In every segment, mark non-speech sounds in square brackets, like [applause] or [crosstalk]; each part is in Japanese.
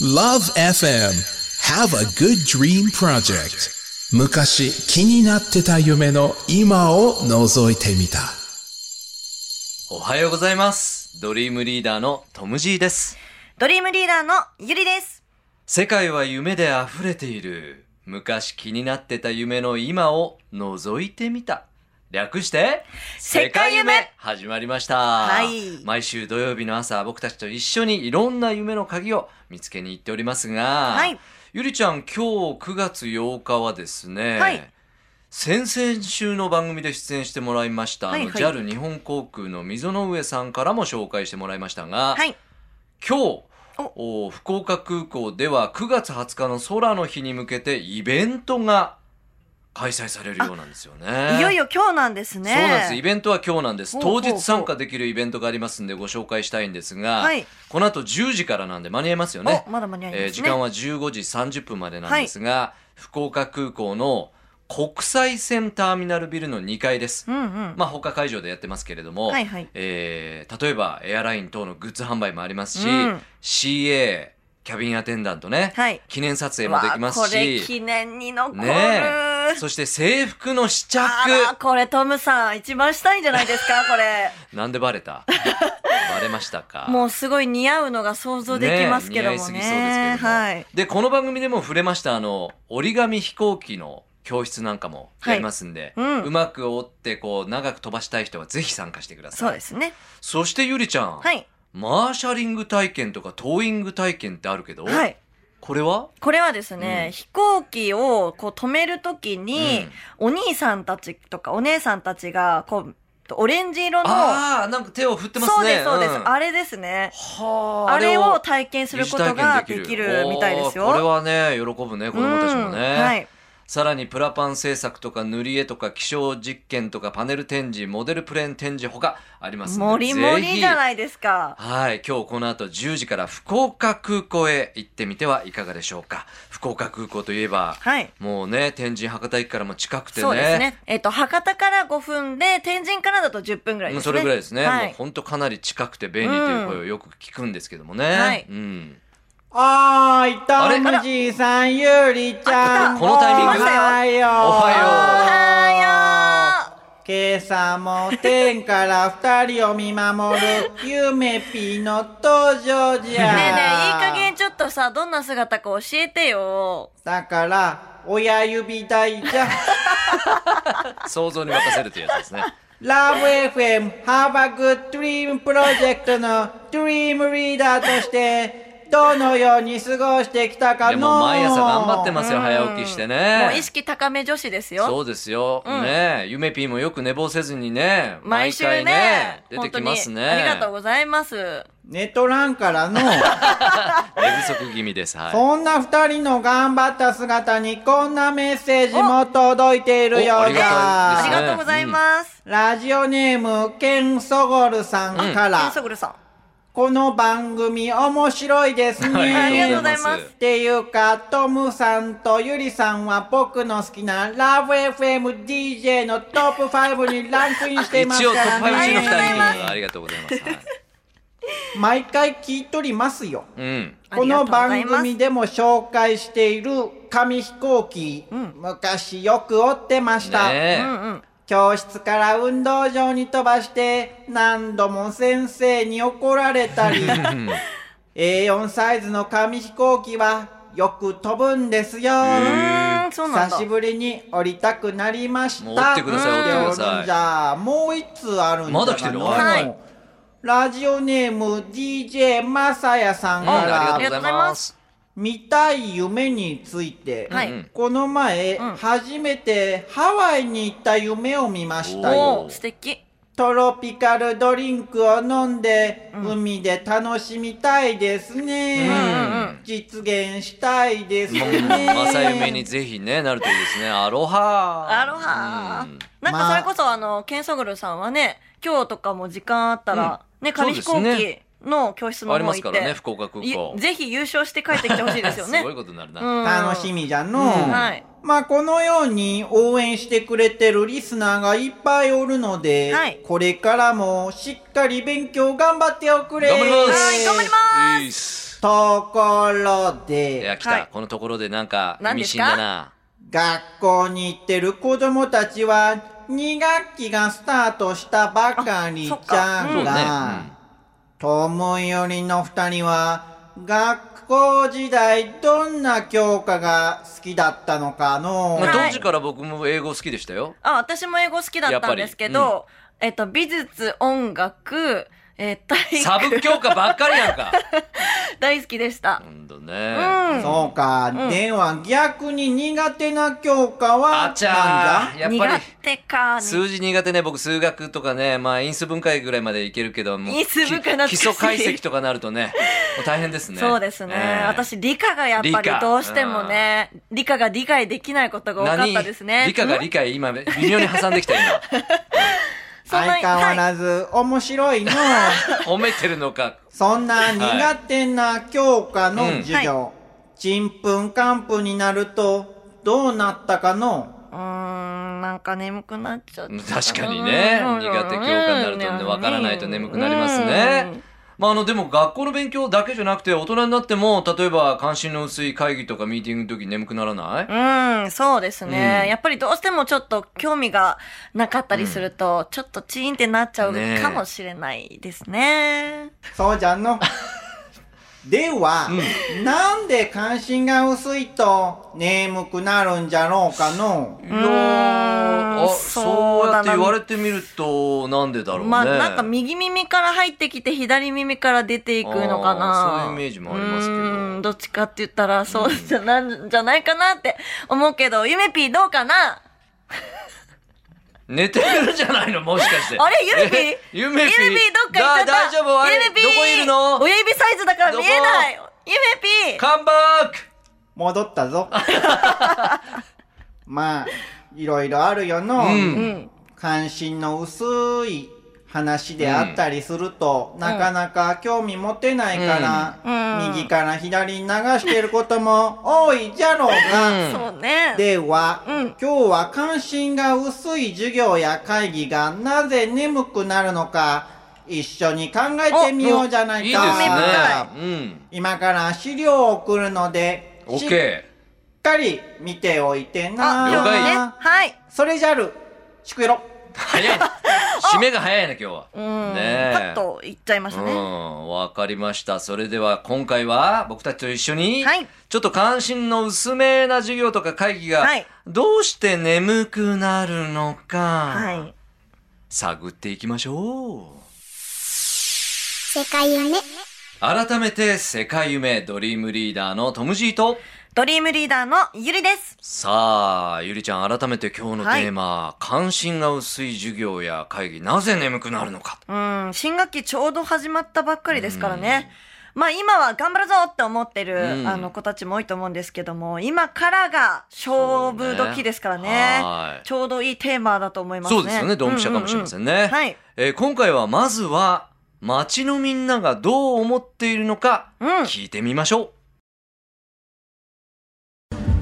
Love FM Have a Good Dream Project 昔気になってた夢の今を覗いてみたおはようございます。ドリームリーダーのトム・ジーです。ドリームリーダーのゆりです。世界は夢で溢れている。昔気になってた夢の今を覗いてみた。略して、世界夢始まりました。はい毎週土曜日の朝、僕たちと一緒にいろんな夢の鍵を見つけに行っておりますが、はいゆりちゃん、今日9月8日はですね、はい先々週の番組で出演してもらいました、あのはいはい JAL 日本航空の溝の上さんからも紹介してもらいましたが、はい。今日お福岡空港では9月20日の空の日に向けてイベントが開催されるようなんですよね。いよいよ今日なんですね。そうなんです。イベントは今日なんです。ほうほ当うほう日参加できるイベントがありますんでご紹介したいんですが、はいこの後10時からなんで間に合いますよね。おまだ間に合いますねえー時間は15時30分までなんですが、福岡空港の国際線ターミナルビルの2階です。うんうん。まあ、他会場でやってますけれども、はいはいえー例えばエアライン等のグッズ販売もありますし、うん CA キャビンアテンダントね、はい記念撮影もできますわあこれし記念に残る。ねえそして制服の試着あら、これトムさん一番したいんじゃない [laughs] ですか、これ。なんでバレたバレましたかもうすごい似合うのが想像できますけどもね。似合いすぎそうですけども、はい。でこの番組でも触れましたあの折り紙飛行機の教室なんかもやりますんで、はいうんまく折ってこう長く飛ばしたい人はぜひ参加してくださいそうですね。そしてゆりちゃん、はい。マーシャリング体験とかトーイング体験ってあるけど、はい。これはこれはですね、うん飛行機をこう止めるときに、お兄さんたちとかお姉さんたちが、こう、オレンジ色の、ああなんか手を振ってますねそうです、そうです。んあれですね。はああれを体験することがで疑似体験きるみたいですよ。おーこれはね喜ぶね子供たちもね、うんはい。さらにプラパン制作とか塗り絵とか気象実験とかパネル展示モデルプレーン展示ほかありますのもでりもりじゃいないですか。はい今日この後10時から福岡空港へ行ってみてはいかがでしょうか福岡空港といえば、はい。もうね天神博多駅からも近くてねそうですね。えっ、と、博多から5分で、天神からだと10分ぐらいもでうそすね。れぐらいですね、はもうい。本当かなり近くて便利という声をよく聞くんですけどもね、はいうん、おーい、あれトムじいさん、ゆりちゃあん。このタイミングおはよおう。はようは今朝も天から二人を見守る、ゆめぴの登場じよゃ。うねえねえ、いい加減ちょっとさ、どんな姿か教えてよ。だから、親指大じゃ。想像に任せるというやつです [laughs] ねラブ FM Have a Good Dream Project の Dream リーダーとして、どのように過ごしてきたかでものう毎朝頑張ってますようん早起きしてねもう意識高め女子ですよ。そうですよ、うんねえゆめぴーもよく寝坊せずにね毎週回ね出てきますね本当にありがとうございます。寝とらんからの。寝不足気味ですはいそんな二人の頑張った姿にこんなメッセージも届いているよおおあうりがあたいですりだねがとうございます。ラジオネームケンソゴルさんかケらン、ソグルさん。この番組面白いですね、はいありがとうございありがまとうございますすっ。ていうかトムさんとゆりさんは僕の好きなラブ FM DJ のトップ5にランクインしています一応かトップら5中の2人ねということでありがとうございます、はい、毎回聞いとりますようんこのありがとうご番ざい組ますでも紹介している紙飛行機、ん昔よく折ってました、ねえ、うんうん。教室から運動場に飛ばして何度も先生に怒られた [laughs] り A4 サイズの紙飛行機はよく飛ぶんですよーんそうなんだ久しぶりに降りたくなりましたもう折ってくださいうん折ってくださいじゃあもう一つあるんじゃないまだ来てるはいラジオネーム DJ まさやさんうんあかりがらとうございます見たい夢について、はいうんうんこの前、うん初めてハワイに行った夢を見ましたよおー、素敵。トロピカルドリンクを飲んで、うん海で楽しみたいですね、うんうん実現したいですもうね正夢にぜひねなるといいですねアロハアロハうんなんかそれこそ、あの、ケンソグルさんはね、今日とかも時間あったら、ね、紙飛そ行うです機の教室のあ方り行まっすて。からね福岡空港いぜひ優勝して帰ってきてほしいですよね。すごいことになるな、うん楽し。みじゃの、うんはいまあこのように応援してくれてるリスナーがいっぱいおるので、はいこれからもしっかり勉強頑張っておくれ頑張りますはい頑張りますいいっすところいや、で、来た、はいこのところでなんか、意何で味す深だかな。学校に行ってる子供たちは、2学期がスタートしたばかりじゃあそっんかうんが、トムよりの二人は、学校時代どんな教科が好きだったのかのうまあ、はい当時から僕も英語好きでしたよ。あ、私も英語好きだったんですけやっど、えっと、美術、音楽、えー、サ体ブ育、教科ばっかりやんか。 [laughs] 大好きでした。ほんとうね。ん。そうか、うんでは逆に苦手な教科は、あちゃなんー、だやっぱり苦。手か。数字苦手ね、僕数学とかね、まあ因数分解ぐらいまでいけるけど、もう因数分解懐かしい基礎解析とかなるとね、もう大変ですね。そうですね。ええ私、理科がやっぱ理り科どうしてもね、理科が理解できないことが多かったですね。何理科がん理解、今、微妙に挟んできた [laughs] 今。そんな相変わらず面 [laughs] 白いのう。褒めてるのか。そんな苦手な教科の授は業、ちんぷんかんぷんになると、どうなったかのうーん、なんか眠くなっちゃった。確かにねうん苦手教科になるとねうんわからないと眠くなりますねまああの、でも学校の勉強だけじゃなくて、大人になっても、例えば関心の薄い会議とかミーティングの時眠くならないうん、うんそうですね、うんやっぱりどうしてもちょっと興味がなかったりすると、ちょっとチーンってなっちゃうねえかもしれないですね。そうじゃの。では、なんで関心が薄いと眠くなるんじゃろうかのいうやーーあんそそううやだなって言われてみると、なんでだろうね。まあ、なんか右耳から入ってきて左耳から出ていくのかあーな。そういうイメージもありますけどうん、どっちかって言ったらそうじゃなんじゃないかなって思うけど、ゆめぴーどうかな寝てるんじゃないのもしかして。 [laughs] あれゆめぴーえゆめぴー。ゆめぴーどっか行っちゃっただ大丈夫あれゆめぴーどこいるの親指サイズだから見えないゆめぴーカンバック戻ったぞ。まあ、いろいろあるよのう。うんうん。関心の薄い話であったりすると、なかなか興味持てないから、うんうん右から左に流してることも多いじゃろうが、うんそうね。では、うん今日は関心が薄い授業や会議がなぜ眠くなるのか、一緒に考えてみようじゃないか。いいですねあ。うん。今から資料を送るので、オしッっケかり見ておいてあ、了解ねな。はい。それじゃる、しくよろ。ー。早い。 [laughs] 締めが早いな、今日は。うねん。えパッといっちゃいましたうね。ん、わかりました。それでは今回は僕たちと一緒に、はいちょっと関心の薄めな授業とか会議がはい、どうして眠くなるのはか、い。探っていきましょう。世界夢改めて、世界夢ドリームリーダーのトム・ジーと、ドリームリーダーのゆりです。さあ、ゆりちゃん、改めて今日のテーマ、関心が薄い授業や会議、なぜ眠くなるのか。うん。新学期ちょうど始まったばっかりですからね。まあ今は頑張るぞって思ってうんるあの子たちも多いと思うんですけども、今からが勝負時ですからそうねはねい。ちょうどいいテーマだと思いますね。そうですよね、ドンピシャかもしれませんね。うううはい。えー今回はまずは、街のみんながどう思っているのか、うん聞いてみましょう。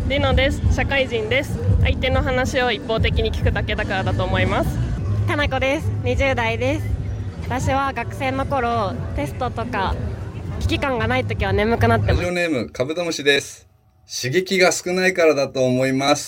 りのです社会人です相手の話を一方的に聞くだけだからだと思いますかなこです20代です私は学生の頃テストとか危機感がない時は眠くなってラまジオすネーム、カブトムシです。刺激が少ないからだと思います。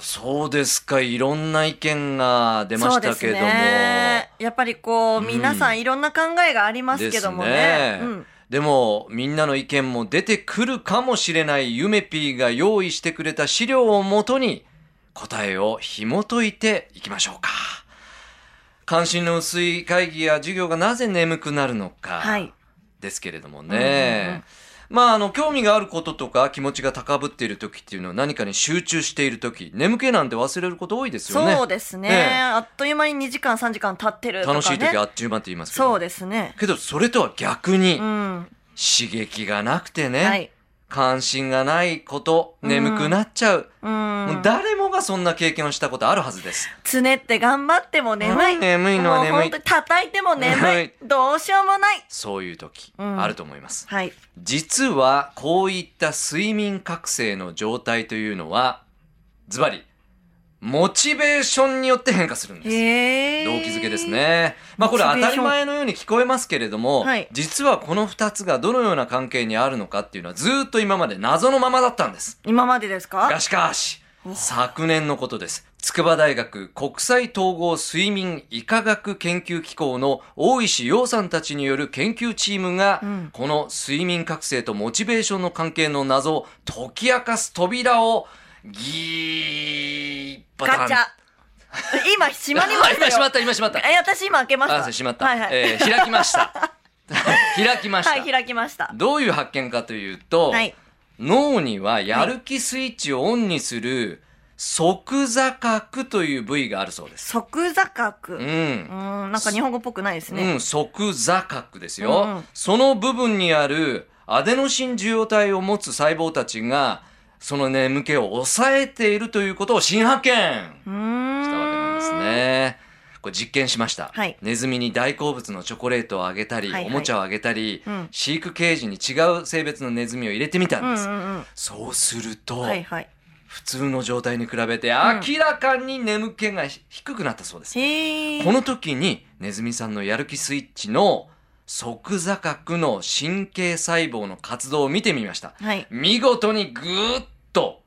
そうですか、いろんな意見が出ましたけども。そうですね、やっぱりこう、うん皆さんいろんな考えがありますけどもね。ですねうんでも、みんなの意見も出てくるかもしれないゆめぴーが用意してくれた資料をもとに、答えを紐解いていきましょうか。関心の薄い会議や授業がなぜ眠くなるのか。はい。ですけれどもうんうんうねん。まあ、あの、興味があることとか気持ちが高ぶっている時っていうのは何かに集中している時、眠気なんて忘れること多いですよね。そうですねねえあっという間に2時間、3時間経ってるとか、ね。楽しい時あっちゅう間って言いますけど。そうですね。けど、それとは逆にう、ん。刺激がなくてね、はい。関心がないこと、眠くなっちゃう。う。もうん誰もがそんな経験をしたことあるはずです。つねって頑張っても眠い。うん眠いのは眠いもう本当に叩いても眠眠いい。どうしようもない。そういう時、うんあると思います。はい。実はこういった睡眠覚醒の状態というのはズバリモチベーションによって変化するんです。へえ。動機づけです。ね。まあこれモ当チベーたシりョン前のように聞こえますけれども、はい実はこの2つがどのような関係にあるのかっていうのはずーっと今まで謎のままだったんです。今までですかがしかし、昨年のことです。筑波大学国際統合睡眠医科学研究機構の大石洋さんたちによる研究チームが、うんこの睡眠覚醒とモチベーションの関係の謎を解き明かす扉をギーバタンガチャ。今閉 [laughs] まりまし今たよ。閉まった、今閉まった。え、私今開けました。あ、しまった。はいはい。えー開きま [laughs] した。開きました。はい、開きました。どういう発見かというと、はい。脳にはやる気スイッチをオンにする即座覚という部位があるそうです。即座角。ううん、ん。なんか日本語っぽくないですうね。ん、即座覚ですよ、うんうんその部分にあるアデノシン受容体を持つ細胞たちが、その眠気を抑えているということを新発見うーん。したわけなんですね。これ実験しました、はいネズミに大好物のチョコレートをあげたり、はいはおいもちゃをあげたり、うん飼育ケージに違う性別のネズミを入れてみたうんんです。うんうん。そうすると、はいはい。普通の状態に比べて明らかに眠気がひ低くなったそうです。へえ。この時にネズミさんのやる気スイッチの即座角の神経細胞の活動を見てみました。はい。見事にぐーっと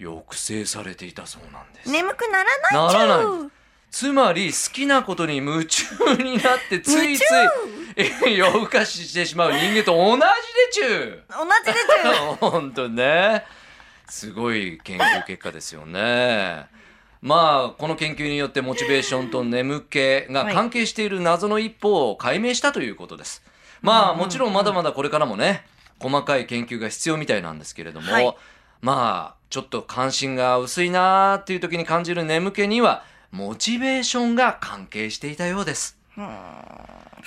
抑制されていたそうなんです。眠くならないちゃう。ならないんつまり好きなことに夢中になってついつい夜更かししてしまう人間と同じでちゅ同じですよ。う [laughs] 本当ねすごい研究結果ですよねまあこの研究によってモチベーションと眠気が関係している謎の一歩を解明したということですまあもちろんまだまだこれからもね細かい研究が必要みたいなんですけれども、はいまあちょっと関心が薄いなーっていう時に感じる眠気にはモチベーションが関係していたようです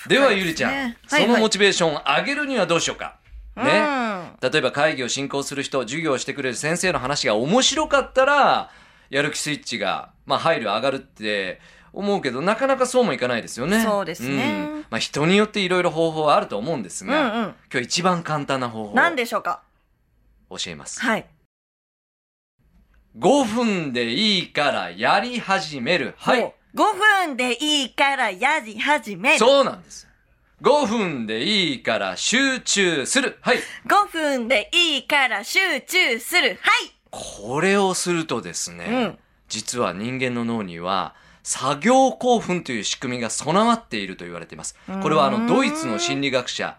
ではゆりちゃん、ねはそいはのいモチベーションを上げるにはどうしようかね、うん例えば会議を進行する人、授業をしてくれる先生の話が面白かったら、やる気スイッチが、まあ、配慮上がるって思うけど、なかなかそうもいかないですよね。そうですねうんまあ、人によっていろいろ方法はあると思うんですうが、んうん。今日一番簡単な方法を何でしょうか教えます。はい。 5分でいいからやり始める。はもい。う。5分でいいからやり始める。そうなんです。5分でいいから集中する。はい。 5分でいいから集中する。はこれをするとですね、うん実は人間の脳には作業興奮という仕組みが備わっていると言われています。これはあうーんのドイツの心理学者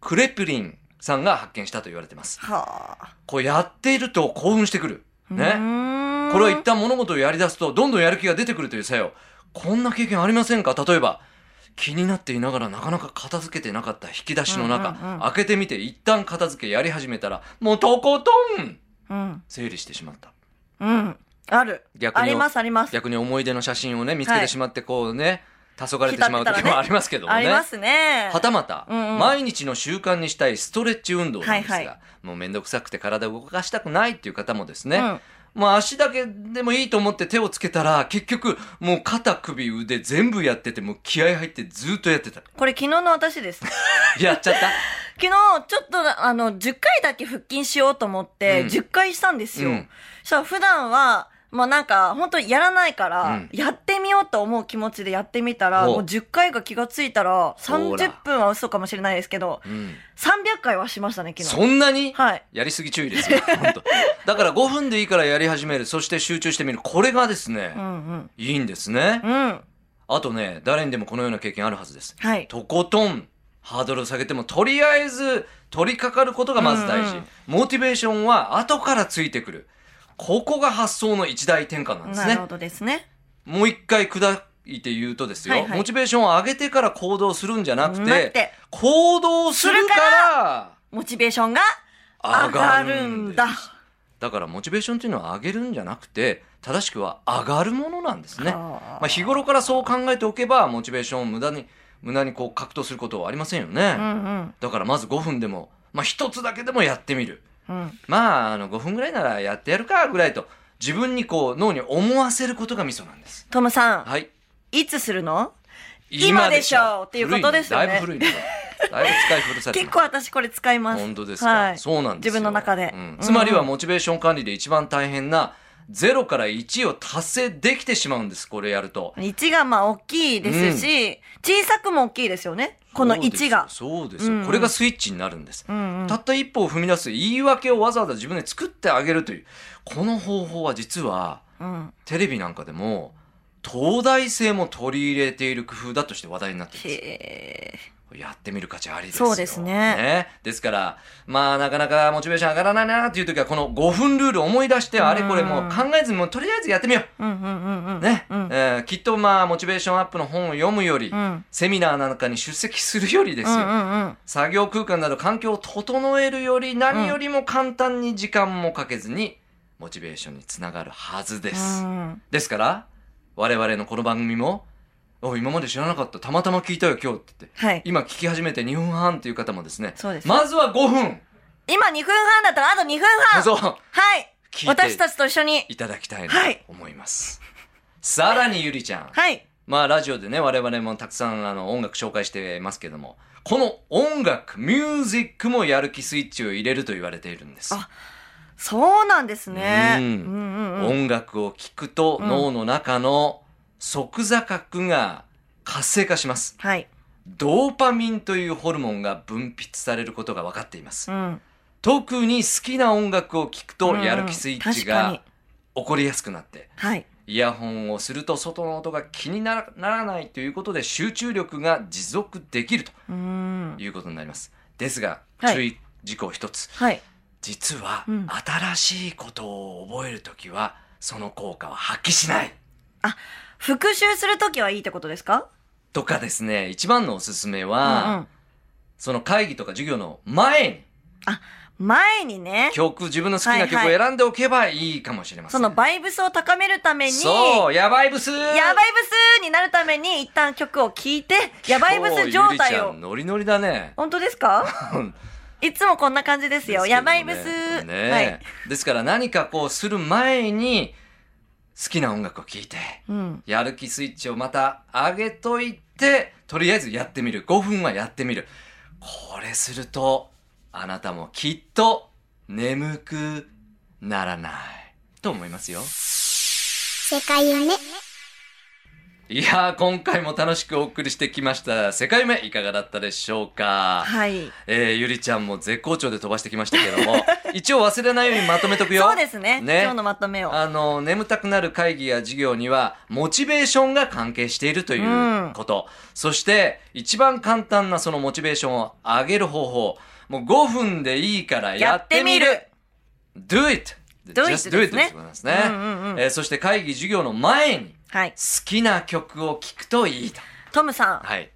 クレプリンさんが発見したと言われています。い。はあ。こうやっていると興奮してくる。ね。ねこれは一旦物事をやり出すとどんどんやる気が出てくるという作用。こんな経験ありませんか例えば気になっていながらなかなか片付けてなかった引き出しの中、うんうんうん開けてみて一旦片付けやり始めたらもうとことんうん。整理してしまった。うん。ある。逆にありますあります。逆に思い出の写真をね見つけてしまってこうね、黄昏れてしまう浸ってたら時ねもありますけどもあねりますね。はたまた、うんうん毎日の習慣にしたいストレッチ運動なんですが、はいはもうめんどくさくて体を動かしたくないっていう方もですね、うんまあ足だけでもいいと思って手をつけたら結局もう肩首腕全部やっててもう気合入ってずーっとやってたこれ昨日の私です。やっちゃった [laughs] 昨日、ちょっと、あの、10回だけ腹筋しようと思って、うん10回したんですよ。うんそしたら普段は、まあなんか、本当にやらないから、うんやってみようと思う気持ちでやってみたら、ほうもう10回が気がついたら、ほら30分は嘘かもしれないですけど、うん300回はしましたね、昨日。そんなに、はいやりすぎ注意ですよ本当だから5分でいいからやり始めるそして集中してみるこれがですね、うんいいんですね、うん。うん。あとね、誰にでもこのような経験あるはずです。はい。とことん、ハードルを下げても、とりあえず取り掛かることがまず大事。うんうんモチベーションは後からついてくる。ここが発想の一大転換なんですなるほね。どですね。もう一回砕いて言うとですよ、はいはいモチベーションを上げてから行動するんじゃなくなくて、て行動するかモチベーションがら上がるんだ。ですだからモチベーションっていうのは上げるんじゃなくて、正しくは上がるものなんですね。あーまあ、日頃からそう考えておけば、モチベーションを無駄に、無駄にこう格闘することはありませんよね。うんだからまず5分でも、まあ、一つだけでもやってみる。うん。うん。まあ、あの、5分ぐらいならやってやるか、ぐらいと、自分にこう、脳に思わせることがミソなんです。トムさん、はい。い、つするの今でしょっていうことですよね古いねだいぶ古いね。だいぶ使い古されて結ます構私これ使います。本当ですか、はい。そうなんですよ自分の中でうんうんつまりはモチベーション管理で一番大変な0から1を達成できてしまうんです、これやると。 1がまあ大きいですし、小さくも大きいですよね。この1が。そうですよそうですよ、うんうんこれがスイッチになるんです。うんうんたった一歩を踏み出す言い訳をわざわざ自分で作ってあげるという、この方法は実は、うん。テレビなんかでも、東大生も取り入れている工夫だとして話題になってるんへです。え。やってみる価値ありですよ。そうですねですから、まあなかなかモチベーション上がらないなっていう時は、この5分ルールを思い出して、あれこれもう考えずにもうとりあえずやってみようんうんうんうん。う。ね。うえん。ーきっとまあモチベーションアップの本を読むより、うん。セミナーなんかに出席するよりですうんうよ。んうん。作業空間など環境を整えるより、何よりも簡単に時間もかけずに、モチベーションにつながるはずです。うんですから、我々のこの番組も、お今まで知らなかった、たまたま聞いたよ今日って言って、はい。今聞き始めて2分半っていう方もですね、そうです。まずは5分、今2分半だったらあと2分半そう、はい聞いて私たちと一緒に。いただきたいなはいと思います。さらにゆりちゃん、はい。まあラジオでね、我々もたくさんあの音楽紹介してますけども、この音楽、ミュージックもやる気スイッチを入れると言われているんです。あそうなんですね。ううんんうんうん。音楽を聴くとうん脳の中の即座覚が活性化します。はい。ドーパミンというホルモンが分泌されることが分かっていますう。ん。特に好きな音楽を聴くとやる気スイッチうんうんが確か起こりやすくなって、にはい。イヤホンをすると外の音が気にならならないということで集中力が持続できるとうん。いうことになります。ですが、はい注意事項一つ。はい。実は、うん新しいことを覚えるときは、その効果は発揮しない。復習するときはいいってことですかとかですね、一番のおすすめうは、んうん。その会議とか授業の前に前にね、曲、自分の好きな曲をはいはい選んでおけばいいかもしれませそん。のバイブスを高めるために、そう、やばいブス [laughs] やばいブスになるために一旦曲を聴 [laughs] いて、やばいブス状今日ゆりち態ゃをん。ノリノリだね。本当で [laughs] すかいつもこんな感じですけよ。どねやばいブス。ねえ、はい。ですから何かこうする前に、好きな音楽を聴いて、うん。やる気スイッチをまた上げといて、とりあえずやってみる。5分はやってみる。これすると、あなたもきっと眠くならない。と思いますよ。世界夢いやー、今回も楽しくお送りしてきました。世界目いかがだったでしょうか、はい。えー、ゆりちゃんも絶好調で飛ばしてきましたけども、一応忘れないようにまとめとくよ。 [laughs] そうですね。ね今日のまとめを。あの、眠たくなる会議や授業には、モチベーションが関係しているということ。そして、一番簡単なそのモチベーションを上げる方法。もう5分でいいからやってみるやって !do it! Do it Just do it ですねってことですね。うんうんうんえーそして会議授業の前に、はい好。きな曲を聴くといいと。トムさん、はい。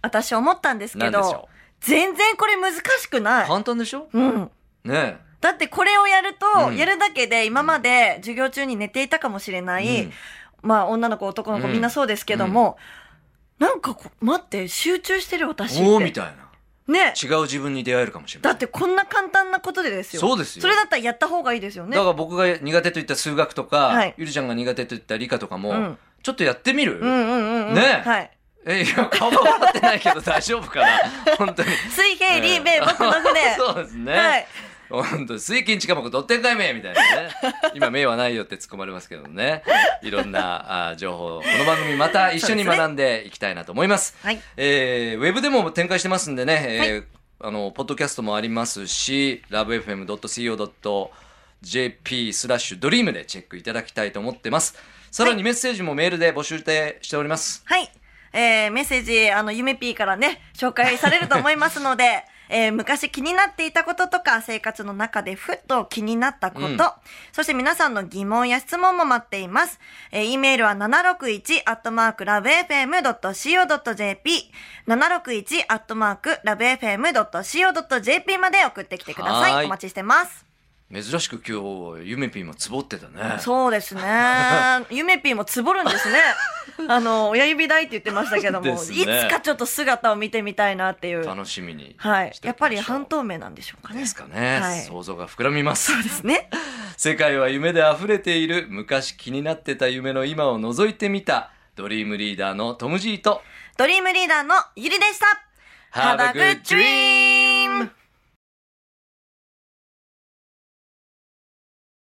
私思ったんですけなんでしょど、全然これ難しくない。簡単でしょうん。ねだってこれをやると、うんやるだけで今まで授業中に寝ていたかもしれなえ。い、うんまあ女の子男の子うんみんなそうですけども、なんかこう待って集中してる私って。おーみたいな。ね。違う自分に出会えるかもしれなだい。ってこんな簡単なことでですよ。そうですよそれだったらやった方がいいですよね。だから僕が苦手と言った数学とか、はいゆりちゃんが苦手と言った理科とかも、うんちょっとやってみる、うんうんうんうん。ねえはい。え、いや、顔は合ってないけど大丈夫かな本当 [laughs] に。水平、リーベ、僕の [laughs] 船。そうですね。はい。本当水金近くどってんかいめみたいな [laughs] ね。今、名はないよって突っ込まれますけどね。いろんなあ情報を、この番組また一緒に学んでいきたいなと思います。はい。えーウェブでも展開してますんでね、えーあの、ポッドキャストもありますし、lovefm.co.jp スラッシュドリームでチェックいただきたいと思ってます。さらにメッセージもメールで募集してしております。はい。えー、メッセージ、あの、ゆめぴーからね、紹介されると思います [laughs] ので、えー、昔気になっていたこととか、生活の中でふっと気になったこと、うんそして皆さんの疑問や質問も待っています。えー、e メールは761、アットマーク、ラブ FM.co.jp、761、アットマーク、ラブ FM.co.jp まで送ってきてくだはさーいい。お待ちしてます。珍しく今日、ゆめぴーもつぼってたね。そう [laughs] ですね。ゆめぴーもつぼるんですね。あの、親指大って言ってましたけどでも、すねいつかちょっと姿を見てみたいなっていう。楽しみに。はい。やっぱり半半透明なんでしょうかね。ですかね、はい想像が膨らみます。ですね。世界は夢で溢れている、昔気になってた夢の今を覗いてみた、ドリームリーダーのトム・ジーと、ドリームリーダーのゆりでした。Have a good dream!